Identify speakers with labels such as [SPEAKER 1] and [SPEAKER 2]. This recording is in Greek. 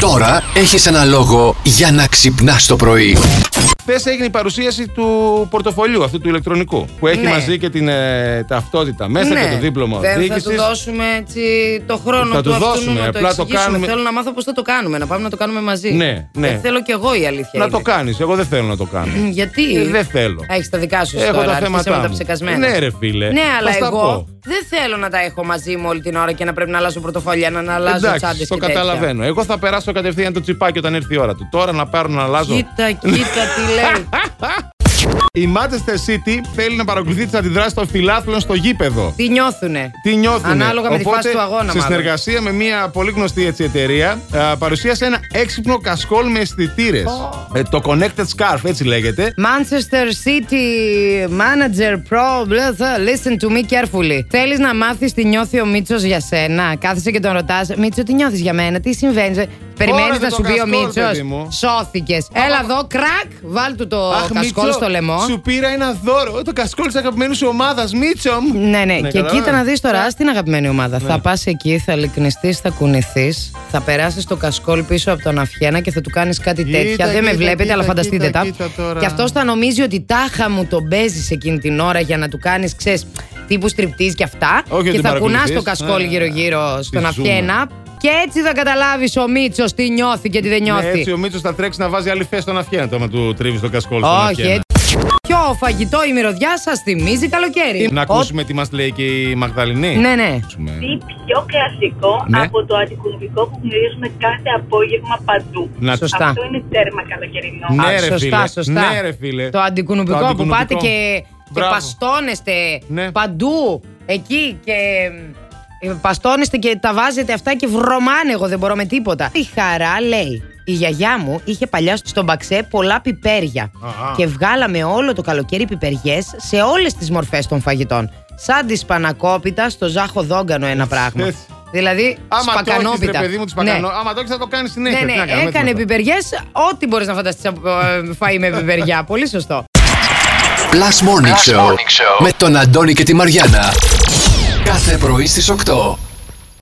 [SPEAKER 1] Τώρα έχεις ένα λόγο για να ξυπνάς το πρωί.
[SPEAKER 2] Χθες έγινε η παρουσίαση του πορτοφολιού αυτού του ηλεκτρονικού. Που έχει
[SPEAKER 3] Ναι.
[SPEAKER 2] μαζί και την ε, ταυτότητα μέσα και το δίπλωμα
[SPEAKER 3] Δεν θα του
[SPEAKER 2] οδήγησης.
[SPEAKER 3] δώσουμε έτσι, το χρόνο
[SPEAKER 2] Θα
[SPEAKER 3] του,
[SPEAKER 2] του
[SPEAKER 3] αυτού
[SPEAKER 2] δώσουμε,
[SPEAKER 3] να το
[SPEAKER 2] απλά το
[SPEAKER 3] εξηγήσουμε.
[SPEAKER 2] κάνουμε-
[SPEAKER 3] Θέλω να μάθω πώς θα το κάνουμε, να πάμε να το κάνουμε μαζί.
[SPEAKER 2] Ναι, ναι.
[SPEAKER 3] Δεν θέλω κι εγώ η αλήθεια.
[SPEAKER 2] Να
[SPEAKER 3] είναι.
[SPEAKER 2] το κάνεις. Εγώ δεν θέλω να το κάνω.
[SPEAKER 3] Μ, Γιατί.
[SPEAKER 2] Ε, δεν θέλω.
[SPEAKER 3] Έχεις τα δικά σου
[SPEAKER 2] Έχω
[SPEAKER 3] τώρα,
[SPEAKER 2] τα
[SPEAKER 3] αρχίσαμε
[SPEAKER 2] θέματα.
[SPEAKER 3] τα
[SPEAKER 2] μου.
[SPEAKER 3] ψεκασμένα.
[SPEAKER 2] Ναι, ρε φίλε.
[SPEAKER 3] Ναι,
[SPEAKER 2] θα
[SPEAKER 3] αλλά
[SPEAKER 2] στα
[SPEAKER 3] εγώ
[SPEAKER 2] πω.
[SPEAKER 3] δεν θέλω να τα έχω μαζί μου όλη την ώρα και να πρέπει να αλλάζω πρωτοφόλια, να αλλάζω τσάντε
[SPEAKER 2] Εντάξει,
[SPEAKER 3] και
[SPEAKER 2] το
[SPEAKER 3] τέτοια.
[SPEAKER 2] καταλαβαίνω. Εγώ θα περάσω κατευθείαν το τσιπάκι όταν έρθει η ώρα του. Τώρα να πάρω να αλλάζω.
[SPEAKER 3] Κοίτα, κοίτα τι λέει.
[SPEAKER 2] Η Manchester City θέλει να παρακολουθεί τις αντιδράσεις των φιλάθλων στο γήπεδο.
[SPEAKER 3] τι νιώθουνε.
[SPEAKER 2] Τι νιώθουν.
[SPEAKER 3] Ανάλογα με τη φάση του αγώνα,
[SPEAKER 2] Σε
[SPEAKER 3] μάλλον.
[SPEAKER 2] συνεργασία με μια πολύ γνωστή έτσι, εταιρεία, α, παρουσίασε ένα έξυπνο κασκόλ με αισθητήρες. το Connected Scarf, έτσι λέγεται.
[SPEAKER 3] Manchester City Manager Pro. blah, blah, Listen to me carefully. Θέλεις να μάθεις τι νιώθει ο Μίτσος για σένα. Κάθεσαι και τον ρωτάς, Μίτσο, τι νιώθεις για μένα, τι συμβαίνει. Περιμένει
[SPEAKER 2] δεν
[SPEAKER 3] να
[SPEAKER 2] το
[SPEAKER 3] σου πει ο
[SPEAKER 2] κασκόλ, παιδί
[SPEAKER 3] Μίτσο.
[SPEAKER 2] μου.
[SPEAKER 3] Σώθηκες. Έλα εδώ, κρακ, βάλ του το κασκόλ
[SPEAKER 2] Μίτσο,
[SPEAKER 3] στο λαιμό.
[SPEAKER 2] Σου πήρα ένα δώρο. Το κασκόλ της αγαπημένης σου ομάδας, Μίτσο. μου.
[SPEAKER 3] Ναι, ναι. και
[SPEAKER 2] καταλαβαίνω. Ναι.
[SPEAKER 3] κοίτα να δεις τώρα, στην αγαπημένη ομάδα. Θα πας εκεί, θα λικνιστεί, θα κουνηθείς, θα περάσεις το κασκόλ πίσω από τον Αφιένα και θα του κάνεις κάτι
[SPEAKER 2] Κοίτα,
[SPEAKER 3] τέτοια. Δεν με
[SPEAKER 2] κοίτα,
[SPEAKER 3] βλέπετε,
[SPEAKER 2] κοίτα,
[SPEAKER 3] αλλά φανταστείτε
[SPEAKER 2] κοίτα,
[SPEAKER 3] τα.
[SPEAKER 2] κοίτα τώρα.
[SPEAKER 3] Και αυτός θα νομίζει ότι τάχα μου τον παίζεις εκείνη την ώρα για να του κάνεις, ξέρεις, τύπου στριπτής και αυτά.
[SPEAKER 2] Όχι ότι
[SPEAKER 3] και θα κουνά
[SPEAKER 2] παρακολουθείς.
[SPEAKER 3] το κασκόλ
[SPEAKER 2] Ε,
[SPEAKER 3] γύρω-γύρω
[SPEAKER 2] τη
[SPEAKER 3] στον
[SPEAKER 2] ζούμε.
[SPEAKER 3] Αφιένα. Και έτσι θα καταλάβεις ο Μίτσος τι νιώθει και τι δεν
[SPEAKER 2] Ναι, έτσι
[SPEAKER 3] νιώθει.
[SPEAKER 2] ο Μίτσος θα τρέξει να βάζει άλλη θέση στον αφιένα. Το άμα του τρίβει το κασκόλ στον
[SPEAKER 3] Όχι,
[SPEAKER 2] αφιένα.
[SPEAKER 3] έτσι. Ποιο φαγητό η μυρωδιά σας θυμίζει καλοκαίρι.
[SPEAKER 2] Να
[SPEAKER 3] Ο-
[SPEAKER 2] ακούσουμε τι μας λέει και η Μαγδαληνή.
[SPEAKER 3] Ναι, ναι.
[SPEAKER 2] Ακούσουμε.
[SPEAKER 4] Τι πιο κλασικό
[SPEAKER 2] Ναι.
[SPEAKER 4] από το αντικουμπικό που γνωρίζουμε κάθε απόγευμα παντού.
[SPEAKER 2] Να-
[SPEAKER 3] Σωστά.
[SPEAKER 4] Αυτό είναι τέρμα καλοκαιρινό.
[SPEAKER 2] Ναι,
[SPEAKER 3] Α,
[SPEAKER 2] ρε
[SPEAKER 3] σωστά,
[SPEAKER 2] φίλε.
[SPEAKER 3] σωστά.
[SPEAKER 2] Ναι, ρε φίλε.
[SPEAKER 3] Το αντικουνουπικό
[SPEAKER 2] Το
[SPEAKER 3] που
[SPEAKER 2] αντικουνουπικό.
[SPEAKER 3] πάτε και, και
[SPEAKER 2] Μπράβο.
[SPEAKER 3] παστώνεστε
[SPEAKER 2] Ναι.
[SPEAKER 3] παντού εκεί και ε, παστώνεστε και τα βάζετε αυτά και βρωμάνε εγώ δεν μπορώ με τίποτα. Η χαρά λέει. Η γιαγιά μου είχε παλιά στον μπαξέ πολλά πιπέρια
[SPEAKER 2] Αχα.
[SPEAKER 3] και βγάλαμε όλο το καλοκαίρι πιπεριές σε όλες τις μορφές των φαγητών. Σαν τη σπανακόπιτα στο ζάχο δόγκανο ένα πράγμα.
[SPEAKER 2] Έτσι.
[SPEAKER 3] δηλαδή
[SPEAKER 2] Άμα το έχεις, ρε
[SPEAKER 3] σπακανόπιτα.
[SPEAKER 2] παιδί μου, τις
[SPEAKER 3] Ναι.
[SPEAKER 2] πακανό... Άμα το έχεις, θα το κάνεις συνέχεια.
[SPEAKER 3] Ναι,
[SPEAKER 2] Τι να
[SPEAKER 3] ναι,
[SPEAKER 2] κάνουμε,
[SPEAKER 3] έκανε
[SPEAKER 2] τι να
[SPEAKER 3] πιπεριές. Ό,τι μπορείς να φανταστείς από ε, φαΐ με πιπεριά. Πολύ σωστό.
[SPEAKER 1] Plus Morning, Show, με τον Αντώνη και τη Μαριάνα. Κάθε πρωί στις 8.